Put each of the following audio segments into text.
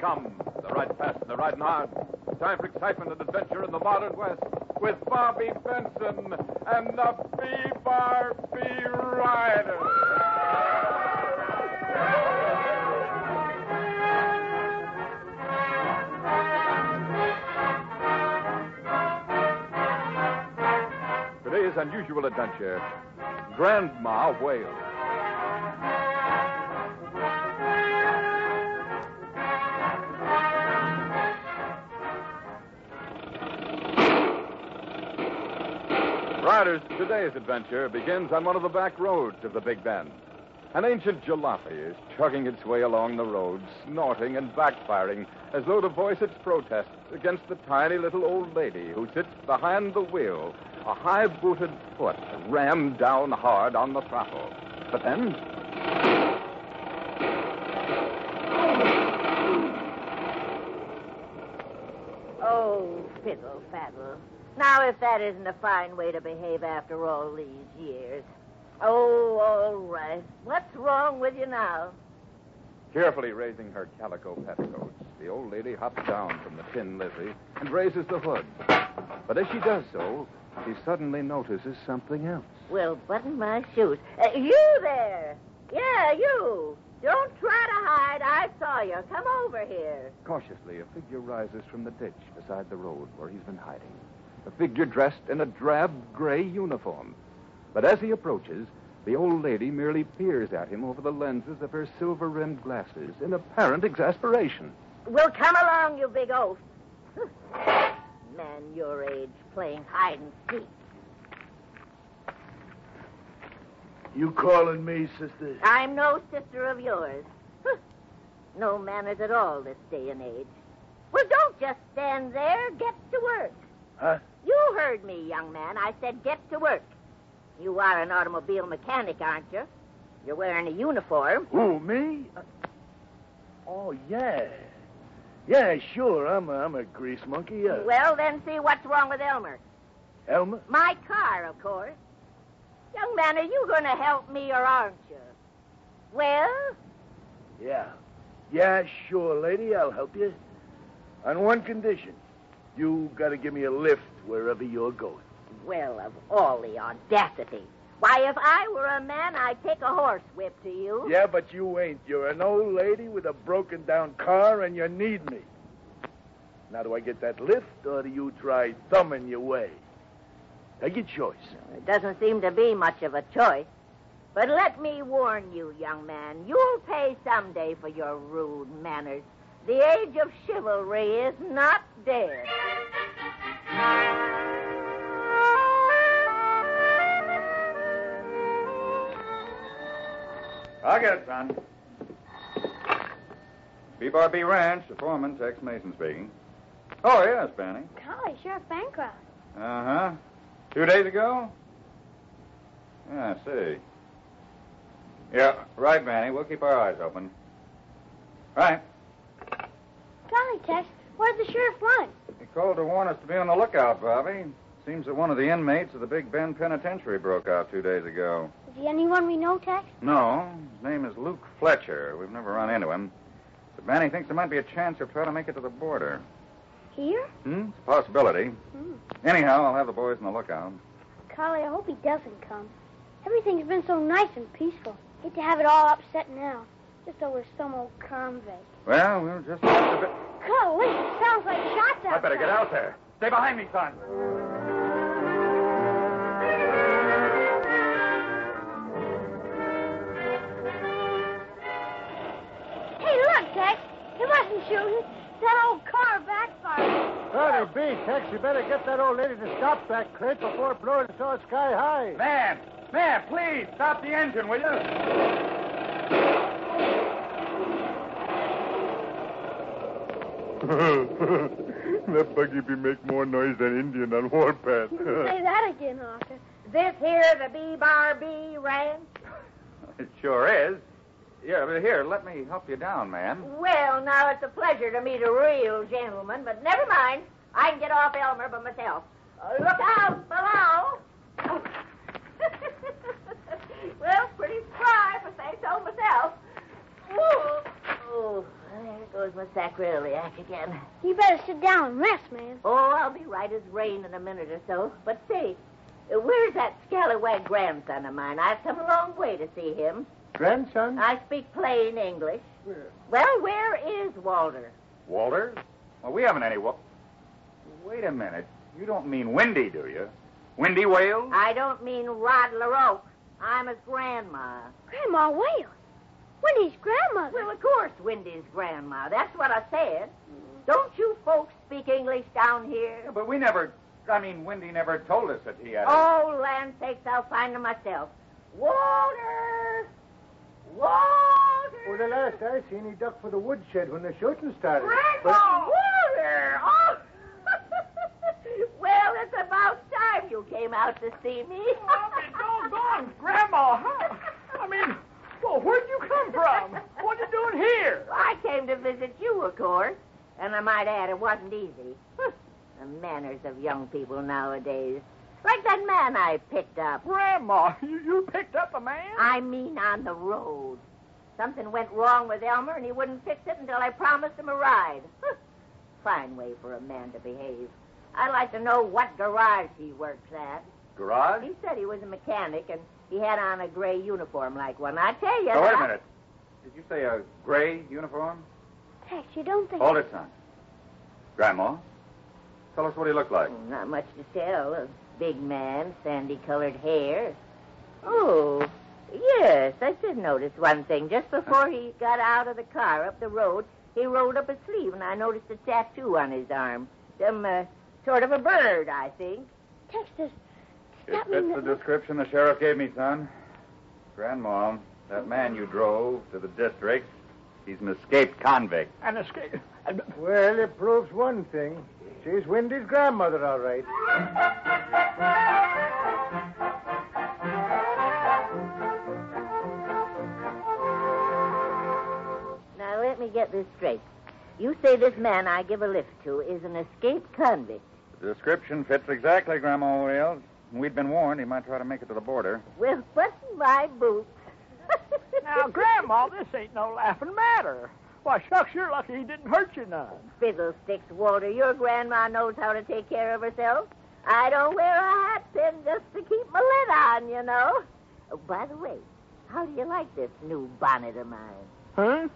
come. They're riding fast and they're riding hard. Time for excitement and adventure in the modern West with Bobby Benson and the B-Bar-B Riders. Today's unusual adventure Grandma Whale. Riders, today's adventure begins on one of the back roads of the Big Bend. An ancient jalopy is chugging its way along the road, snorting and backfiring as though to voice its protests against the tiny little old lady who sits behind the wheel, a high booted foot rammed down hard on the throttle. But then. Oh, fiddle faddle. Now, if that isn't a fine way to behave after all these years. Oh, all right. What's wrong with you now? Carefully raising her calico petticoats, the old lady hops down from the tin Lizzie and raises the hood. But as she does so, she suddenly notices something else. Well, button my shoes. Uh, you there! Yeah, you! Don't try to hide. I saw you. Come over here. Cautiously, a figure rises from the ditch beside the road where he's been hiding. A figure dressed in a drab gray uniform. But as he approaches, the old lady merely peers at him over the lenses of her silver rimmed glasses in apparent exasperation. Well, come along, you big oaf. Man your age playing hide and seek. You calling me, sister? I'm no sister of yours. Huh. No manners at all this day and age. Well, don't just stand there. Get to work. Huh? You heard me, young man. I said get to work. You are an automobile mechanic, aren't you? You're wearing a uniform. Who, me? Uh, Oh, yeah. Yeah, sure. I'm a, I'm a grease monkey. Uh, Well, then see what's wrong with Elmer. Elmer? My car, of course. Young man, are you going to help me or aren't you? Well, Yeah. Yeah, sure, lady. I'll help you. On one condition. You gotta give me a lift wherever you're going. Well, of all the audacity. Why, if I were a man, I'd take a horse whip to you. Yeah, but you ain't. You're an old lady with a broken down car and you need me. Now, do I get that lift or do you try thumbing your way? Take your choice. It doesn't seem to be much of a choice. But let me warn you, young man, you'll pay someday for your rude manners. The age of chivalry is not dead. I'll get it, son. B-Bar-B Ranch, the foreman, Tex Mason speaking. Oh, yes, Benny. Golly, Sheriff Bancroft. Uh-huh. Two days ago? Yeah, I see. Yeah, right, Benny. We'll keep our eyes open. Right. Golly, Tex, where'd the sheriff run? He called to warn us to be on the lookout, Bobby. Seems that one of the inmates of the Big Bend Penitentiary broke out two days ago. Is he anyone we know, Tex? No, his name is Luke Fletcher. We've never run into him. But Benny thinks there might be a chance he'll try to make it to the border. Here? Hmm? It's a possibility. Hmm. Anyhow, I'll have the boys on the lookout. Golly, I hope he doesn't come. Everything's been so nice and peaceful. Hate to have it all upset now, just over some old convict. Well, we'll just have to. Be- Golly, sounds like shots out out there. Stay behind me, son. Hey, look, Tex. He wasn't shooting. That old car backfired. Better be, Tex. You better get that old lady to stop that crate before it blows its all sky high. Man, man, please stop the engine, will you? that buggy be make more noise than Indian on warpath. Say that again, Arthur. This here, the B Bar B Ranch? It sure is. Yeah, but here, let me help you down, man. Well, now it's a pleasure to meet a real gentleman, but never mind. I can get off Elmer by myself. Uh, look out below. well, pretty spry, if I say so myself. Ooh. Oh, there's goes my sacroiliac again. You better sit down and rest, man. Oh, I'll be right as rain in a minute or so. But say, uh, where's that scallywag grandson of mine? I've come a long way to see him. Grandson? I speak plain English. Well, where is Walter? Walter? Well, we haven't any. Wa- Wait a minute. You don't mean Windy, do you? Windy Wales? I don't mean Rod LaRoque. I'm his grandma. Grandma Whale. Wendy's grandmother. Well, of course, Wendy's grandma. That's what I said. Don't you folks speak English down Yeah, here? but we never. I mean, Windy never told us that he had. a- Oh, land sakes, I'll find him myself. Walter! Walter! Well, the last I seen, he ducked for the woodshed when the shooting started. Grandma! Walter! Oh! well, it's about time you came out to see me. Grandma, huh? I mean, well, where'd you come from? What you doing here? I came to visit you, of course. And I might add, it wasn't easy. the manners of young people nowadays. Like that man I picked up. Grandma, you, you picked up a man? I mean, on the road. Something went wrong with Elmer, and he wouldn't fix it until I promised him a ride. Fine way for a man to behave. I'd like to know what garage he works at. Garage? He said he was a mechanic, and he had on a gray uniform like one. I tell you. Oh, wait that- a minute. Did you say a gray uniform? Tex, you don't think. Hold it, son. Grandma, tell us what he looked like. Not much to tell. A big man, sandy colored hair. Oh, yes, I did notice one thing. Just before he got out of the car up the road, he rolled up his sleeve, and I noticed a tattoo on his arm. Some uh, sort of a bird, I think. Tex, does. It That fits mean the that- description the sheriff gave me, son. Grandma, that man you drove to the district, he's an escaped convict. An escape. Well, it proves one thing. She's Wendy's grandmother, all right. Now, let me get this straight. You say this man I give a lift to is an escaped convict. The description fits exactly, Grandma Wales. We'd been warned he might try to make it to the border. Well, what's my boots? Now, Grandma, this ain't no laughing matter. Why, shucks, you're lucky he didn't hurt you none. Fiddlesticks, Walter. Your grandma knows how to take care of herself. I don't wear a hat pin just to keep my lid on, you know. Oh, by the way, how do you like this new bonnet of mine? Huh?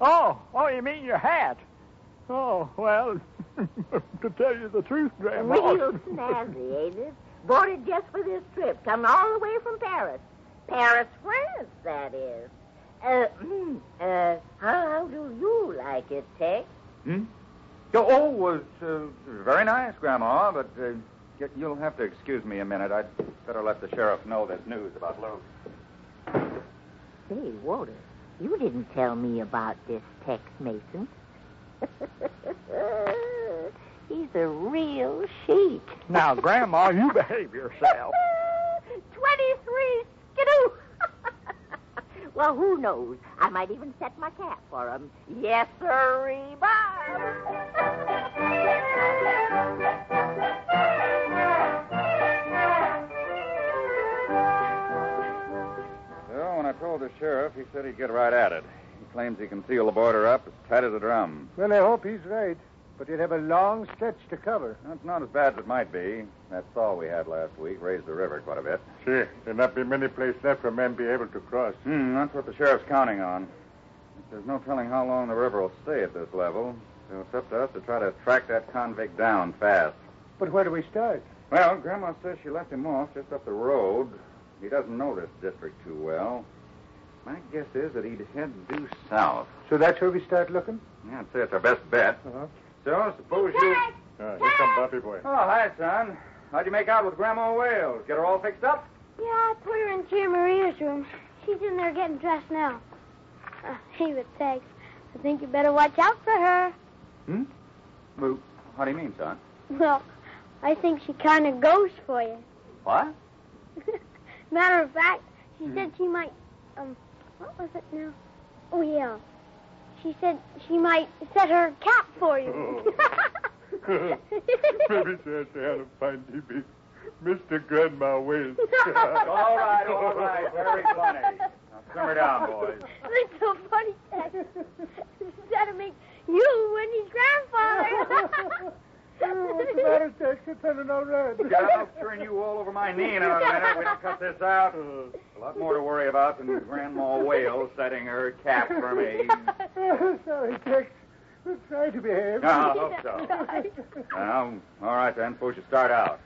Oh, oh, you mean your hat? Oh, well, to tell you the truth, Grandma. Real snazzy, ain't it? Bought it just for this trip. Coming all the way from Paris. Paris, France, that is. Uh, uh, how do you like it, Tex? Hmm? Yo- Oh, was uh, very nice, Grandma, but uh, y- you'll have to excuse me a minute. I'd better let the sheriff know this news about Lou. Say, Walter, you didn't tell me about this Tex Mason. He's a real sheik. Now, Grandma, you behave yourself. 23 skidoo. well, who knows? I might even set my cap for him. Yes, sirree, Bob. Well, when I told the sheriff, he said he'd get right at it. He claims he can seal the border up as tight as a drum. Well, I hope he's right, but he'd have a long stretch to cover. That's not as bad as it might be. That thaw we had last week raised the river quite a bit. Sure, there not be many places left for a man be able to cross. Hmm, that's what the sheriff's counting on. There's no telling how long the river will stay at this level, so it's up to us to try to track that convict down fast. But where do we start? Well, Grandma says she left him off just up the road. He doesn't know this district too well. My guess is that he'd head due south. So that's where we start looking? Yeah, I'd say it's our best bet. Uh-huh. So suppose you. Ah, here come Bobby Boy. Oh, hi, son. How'd you make out with Grandma Wales? Get her all fixed up? Yeah, I put her in Tia Maria's room. She's in there getting dressed now. Uh, hey, but Tex, I think you better watch out for her. Hmm? Well, how do you mean, son? Well, I think she kind of goes for you. What? Matter of fact, she said she might. Um, what was it now? Oh yeah, she said she might set her cap for you. Maybe she'll say how to find DB. Mr. Grandma Wales. all right, all right. Very funny. Now, Simmer down, boys. That's so funny, Dad. That'll make you Wendy's grandfather. What's the Oh, matter, Dick? You're turning all red. God, I'll turn you all over my knee in a minute. We don't cut this out. A lot more to worry about than Grandma Whale setting her cap for me. Oh, Sorry, Dick. We'll try to behave. No, I hope so. Um, all right, then. Suppose you start out.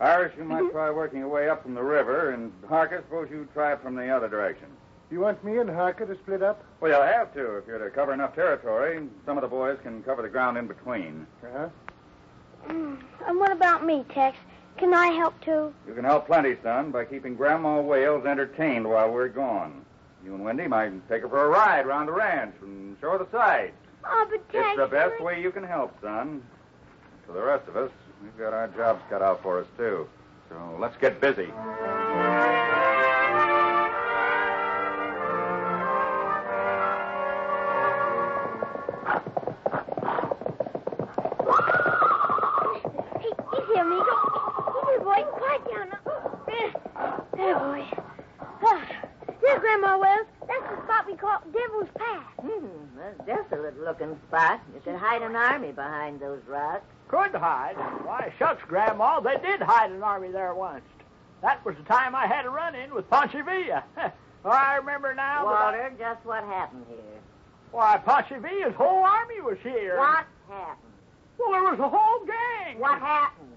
Irish, you might try working your way up from the river, and Harker, suppose you try it from the other direction. You want me and Harker to split up? Well, you'll have to if you're to cover enough territory. Some of the boys can cover the ground in between. Uh-huh. Mm, and what about me, Tex? Can I help too? You can help plenty, son, by keeping Grandma Wales entertained while we're gone. You and Wendy might take her for a ride around the ranch and show her the sights. Oh, but Tex. It's the best can I- way you can help, son. For the rest of us, we've got our jobs cut out for us, too. So let's get busy. Hey, you hear me? You do, boy. Quiet down. now. There, there, boy. Ah, there, Grandma Wells. That's the spot we call Devil's Pass. Hmm, a desolate looking spot. You could hide an army behind those rocks. Could hide. Why, shucks, Grandma, they did hide an army there once. That was the time I had a run in with Ponce Villa. well, I remember now. that I- Walter, just what happened here? Why, Ponce Villa's whole army was here. What happened? Well, there was a whole gang. What happened?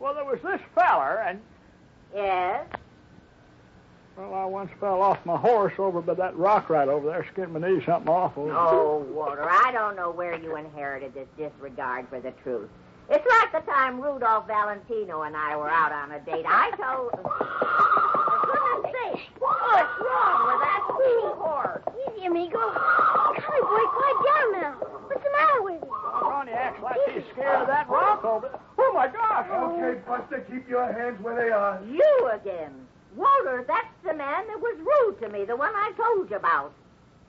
Well, there was this feller, and, Yes? well, I once fell off my horse over by that rock right over there, skinned my knee something awful. Oh, Walter, I don't know where you inherited this disregard for the truth. It's like the time Rudolph Valentino and I were out on a date. I told. For goodness sake, what's wrong with that little horse? Easy, amigo. Golly, boy, quiet down now. What's the matter with you? Ronnie acts like he's scared of that rock over there. Oh, my gosh. Okay, Buster, keep your hands where they are. You again. Walter, that's the man that was rude to me, the one I told you about.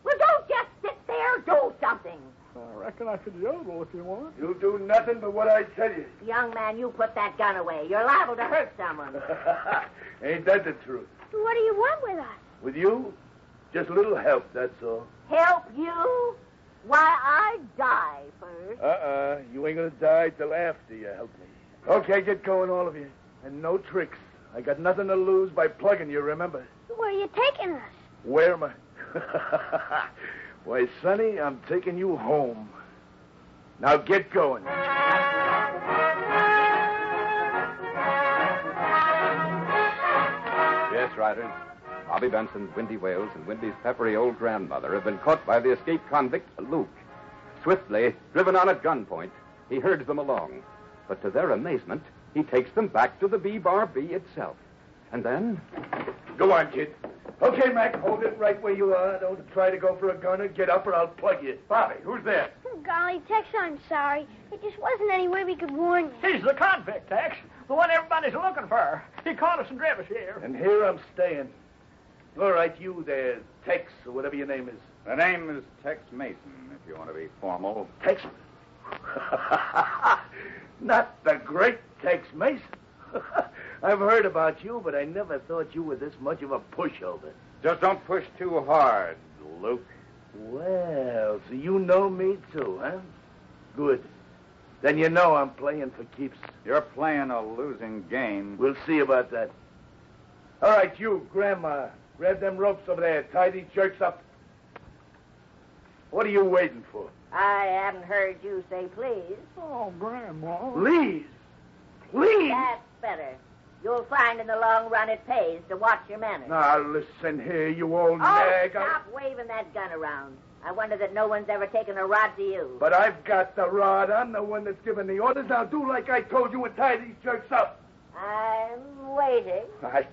Well, don't just sit there. Do something. I reckon I could yodel if you want. You do nothing but what I tell you. Young man, you put that gun away. You're liable to hurt someone. Ain't that the truth? What do you want with us? With you, just a little help, that's all. Help you? Why, I die first. Uh-uh. You ain't gonna die till after you help me. Okay, get going, all of you. And no tricks. I got nothing to lose by plugging you, remember? Where are you taking us? Where am I? Why, Sonny, I'm taking you home. Now get going. Yes, riders. Bobby Benson, Windy Wales, and Windy's peppery old grandmother have been caught by the escaped convict, Luke. Swiftly, driven on at gunpoint, he herds them along. But to their amazement, he takes them back to the B Bar B itself. And then. Go on, kid. Okay, Mac, hold it right where you are. Don't try to go for a gunner. Get up or I'll plug you. Bobby, who's there? Oh, golly, Tex, I'm sorry. It just wasn't any way we could warn you. He's the convict, Tex. The one everybody's looking for. He caught us and drove us here. And here I'm staying. All right, you there, Tex, or whatever your name is. The name is Tex Mason, if you want to be formal. Tex. Not the great Tex Mason. I've heard about you, but I never thought you were this much of a pushover. Just don't push too hard, Luke. Well, so you know me too, huh? Good. Then you know I'm playing for keeps. You're playing a losing game. We'll see about that. All right, you, Grandma, grab them ropes over there. Tie these jerks up. What are you waiting for? I haven't heard you say please. Oh, Mm. Grandma. Please. Please. That's better. You'll find in the long run it pays to watch your manners. Now, listen here, you old oh, nag. I- stop waving that gun around. I wonder that no one's ever taken a rod to you. But I've got the rod. I'm the one that's giving the orders. Now do like I told you and tie these jerks up. I'm waiting. I...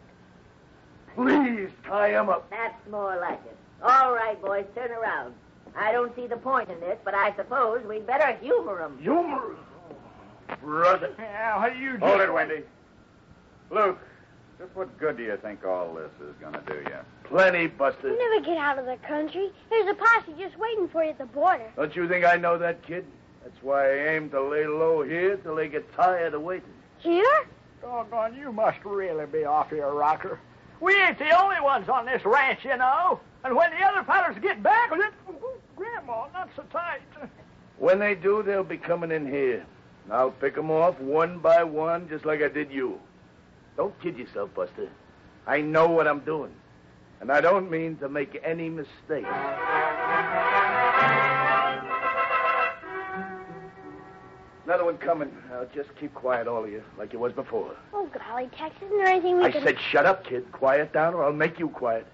Please tie them up. That's more like it. All right, boys, turn around. I don't see the point in this, but I suppose we'd better humor 'em. Humor. Brother. Yeah, what do you do? Hold it, Wendy. Luke, just what good do you think all this is going to do you? Plenty, You Buster. never get out of the country. There's a posse just waiting for you at the border. Don't you think I know that, kid? That's why I aim to lay low here till they get tired of waiting. Here? Doggone, you must really be off your rocker. We ain't the only ones on this ranch, you know. And when the other fellers get back, it- Grandma, not so tight. When they do, they'll be coming in here. And I'll pick 'em off one by one, just like I did you. Don't kid yourself, Buster. I know what I'm doing. And I don't mean to make any mistake. Another one coming. Now, just keep quiet, all of you, like you was before. Oh, golly, Tex, isn't there anything we I can... said, shut up, kid. Quiet down, or I'll make you quiet.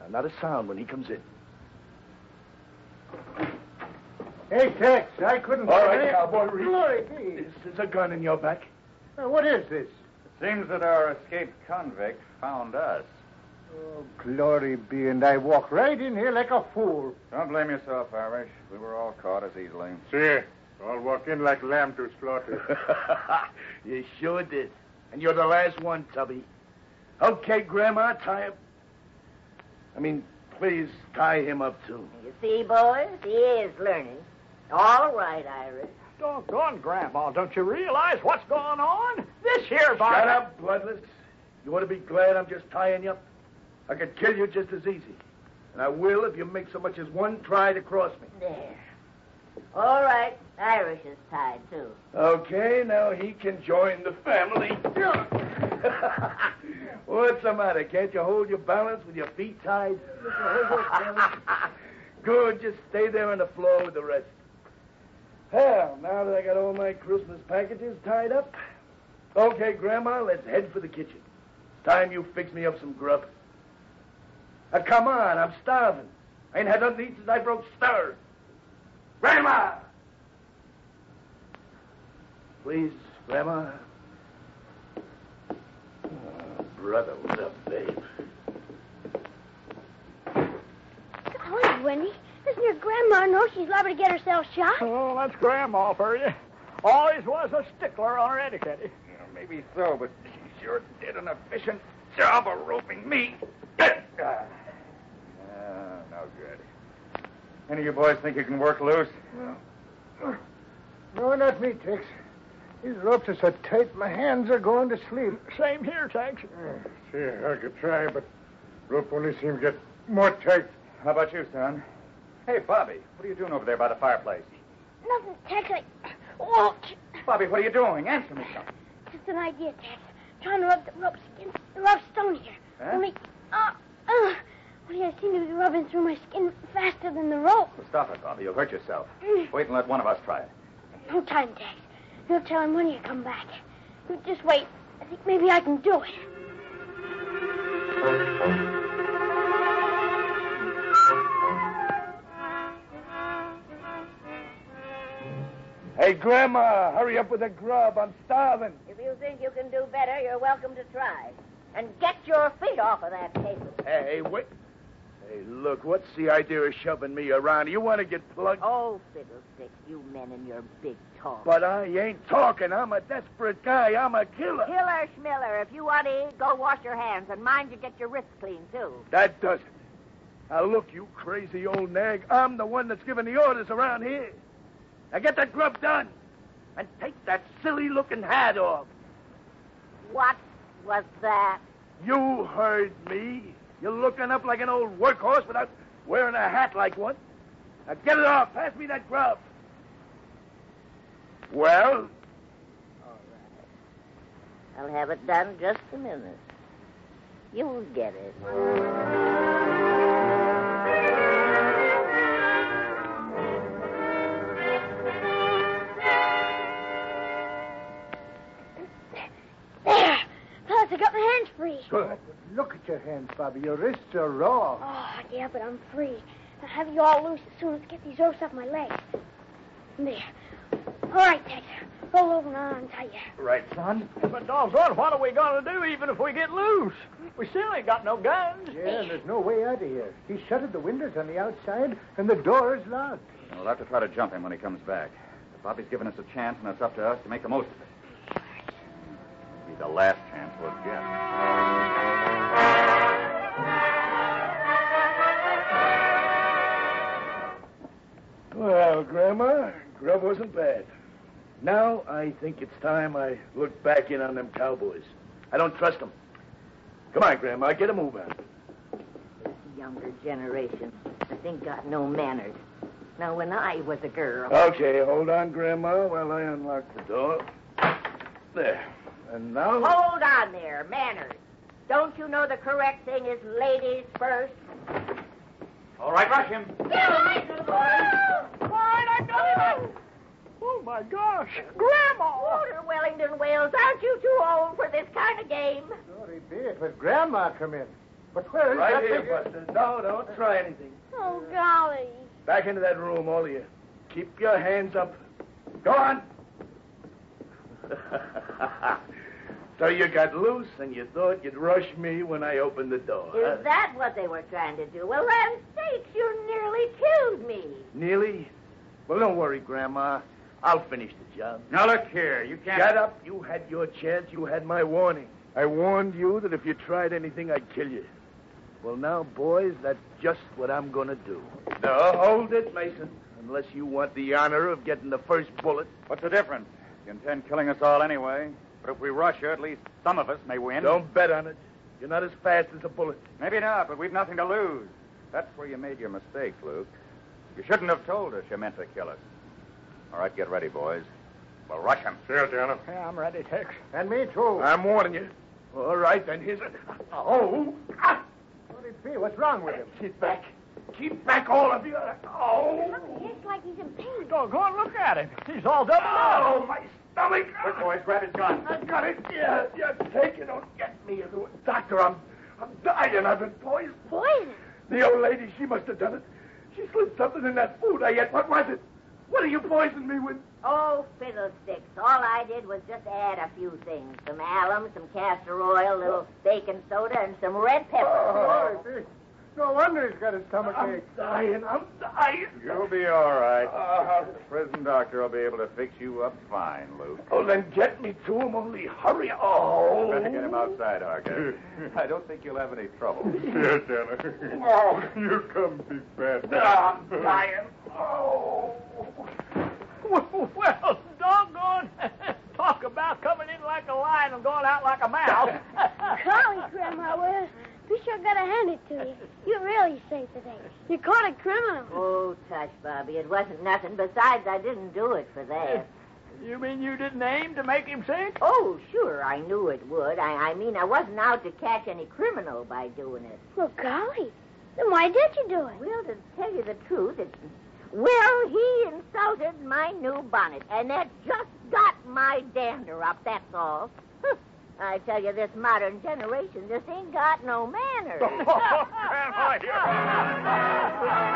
Now, not a sound when he comes in. Hey, Tex, I couldn't All find right, any- cowboy, reach. Glory be. This is a gun in your back. Now, What is this? Seems that our escaped convict found us. Oh, glory be, and I walk right in here like a fool. Don't blame yourself, Irish. We were all caught as easily. Sure. I'll walk in like lamb to slaughter. you sure did. And you're the last one, Tubby. Okay, Grandma, tie him. I mean, please tie him up, too. You see, boys, he is learning. All right, Iris. Doggone, Grandma, don't you realize what's going on? This here bar. Shut up, Bloodless. You want to be glad I'm just tying you up? I could kill you just as easy. And I will if you make so much as one try to cross me. There. All right, Iris is tied, too. Okay, now he can join the family. What's the matter? Can't you hold your balance with your feet tied? Good, just stay there on the floor with the rest. Well, now that I got all my Christmas packages tied up. Okay, Grandma, let's head for the kitchen. It's time you fix me up some grub. Now, come on, I'm starving. I ain't had nothing to eat since I broke stir. Grandma! Please, Grandma. Oh, brother, what up, babe? Golly, Wendy, doesn't your grandma know she's liable to get herself shot? Oh, that's Grandma for you. Always was a stickler on her etiquette. Yeah, maybe so, but she sure did an efficient job of roping me. Ah, no good. Any of you boys think you can work loose? No, not me, Tex. These ropes are so tight, my hands are going to sleep. Same here, Tex. Sure, I could try, but rope only seems to get more tight. How about you, son? Hey, Bobby, what are you doing over there by the fireplace? Nothing, Tex. I won't. Bobby, what are you doing? Answer me something. Just an idea, Tex. Trying to rub the ropes against the rough stone here. Huh? Only, uh, uh, only I seem to be rubbing through my skin faster than the rope. Stop it, Bobby. You'll hurt yourself. Mm. Wait and let one of us try it. No time, Tex. No telling when you come back. You just wait. I think maybe I can do it. Hey, Grandma, hurry up with the grub. I'm starving. If you think you can do better, you're welcome to try. And get your feet off of that table. Hey, wait. Hey, look, what's the idea of shoving me around? You want to get plugged? Oh, fiddlesticks, you men and your big talk. But I ain't talking. I'm a desperate guy. I'm a killer. Killer Schmiller, if you want to eat, go wash your hands. And mind you get your wrists clean, too. That does it. Now, look, you crazy old nag. I'm the one that's giving the orders around here. Now, get that grub done. And take that silly looking hat off. What was that? You heard me. You're looking up like an old workhorse without wearing a hat like one. Now get it off. Pass me that grub. Well, I'll have it done just a minute. You'll get it. There! Plus, I got my hands free. good. Look at your hands, Bobby. Your wrists are raw. Oh, yeah, but I'm free. I'll have you all loose as soon as I get these ropes off my legs. There. All right, Tex. Roll over and I'll untie you. Right, son? But doggone, what are we going to do even if we get loose? We still ain't got no guns. Yeah, and there's no way out of here. He shuttered the windows on the outside, and the door is locked. We'll have to try to jump him when he comes back. But Bobby's given us a chance, and it's up to us to make the most of it. Be the last chance we'll get. Well, Grandma, grub wasn't bad. Now I think it's time I look back in on them cowboys. I don't trust them. Come on, Grandma, get a move on. This younger generation, I think, got no manners. Now, when I was a girl, Okay, hold on, Grandma, while I unlock the door. There. And now. Hold on there, manners. Don't you know the correct thing is ladies first? All right, rush him. Oh, my gosh. Grandma! Walter Wellington Wales, aren't you too old for this kind of game? Glory be it, but Grandma come in. But where is Right that here, big- Buster. No, don't try anything. Oh, golly. Back into that room, all of you. Keep your hands up. Go on. so you got loose and you thought you'd rush me when I opened the door. huh? Is that what they were trying to do? Well, land sakes, you nearly killed me. Neely? Well, don't worry, Grandma. I'll finish the job. Now look here, you can't. Shut up. You had your chance. You had my warning. I warned you that if you tried anything, I'd kill you. Well, now, boys, that's just what I'm going to do. No, hold it, Mason. Unless you want the honor of getting the first bullet. What's the difference? You intend killing us all anyway. But if we rush her, at least some of us may win. Don't bet on it. You're not as fast as a bullet. Maybe not, but we've nothing to lose. That's where you made your mistake, Luke. You shouldn't have told us you meant to kill us. All right, get ready, boys. We'll rush him. Sure, Johnny. Yeah, I'm ready, Tex. And me, too. I'm warning you. All right, then here's a. Oh! Ah! Glory be, what's wrong with him? Keep back. Keep back, all of you. Oh! He acts like he's in pain. Go, go and look at him. He's all doubled up. Oh, my stomach. Quick, boys, grab his gun. I've got it. Yeah, yeah, take it. Don't get me. Doctor, I'm, I'm dying. I've been poisoned. Poison. The old lady, she must have done it. She slipped something in that food I ate. What was it? What are you poisoning me with? Oh, fiddlesticks. All I did was just add a few things some alum, some castor oil, a little baking soda, and some red pepper. Oh. Glory be. No wonder he's got his stomach I'm Uh-uh. ache. dying. I'm dying. You'll be all right. Uh, the prison doctor will be able to fix you up fine, Luke. Oh, then get me to him. Only hurry. Oh. Better get him outside, Argus. I don't think you'll have any trouble. Sure, Johnny. Oh, you come, big bad. ah, I'm dying. Oh. Well, doggone. Talk about coming in like a lion and going out like a mouse. Golly, Grandma Wells. We sure gotta hand it to you. You really saved the day. You caught a criminal. Oh, tush, Bobby. It wasn't nothing. Besides, I didn't do it for that. You mean you didn't aim to make him sick? Oh, sure, I knew it would. I, I mean, I wasn't out to catch any criminal by doing it. Well, golly. Then why did you do it? Well, to tell you the truth, it. Well, he insulted my new bonnet, and that just got my dander up, that's all. I tell you, this modern Oh, generation just ain't got no manners. Grandma,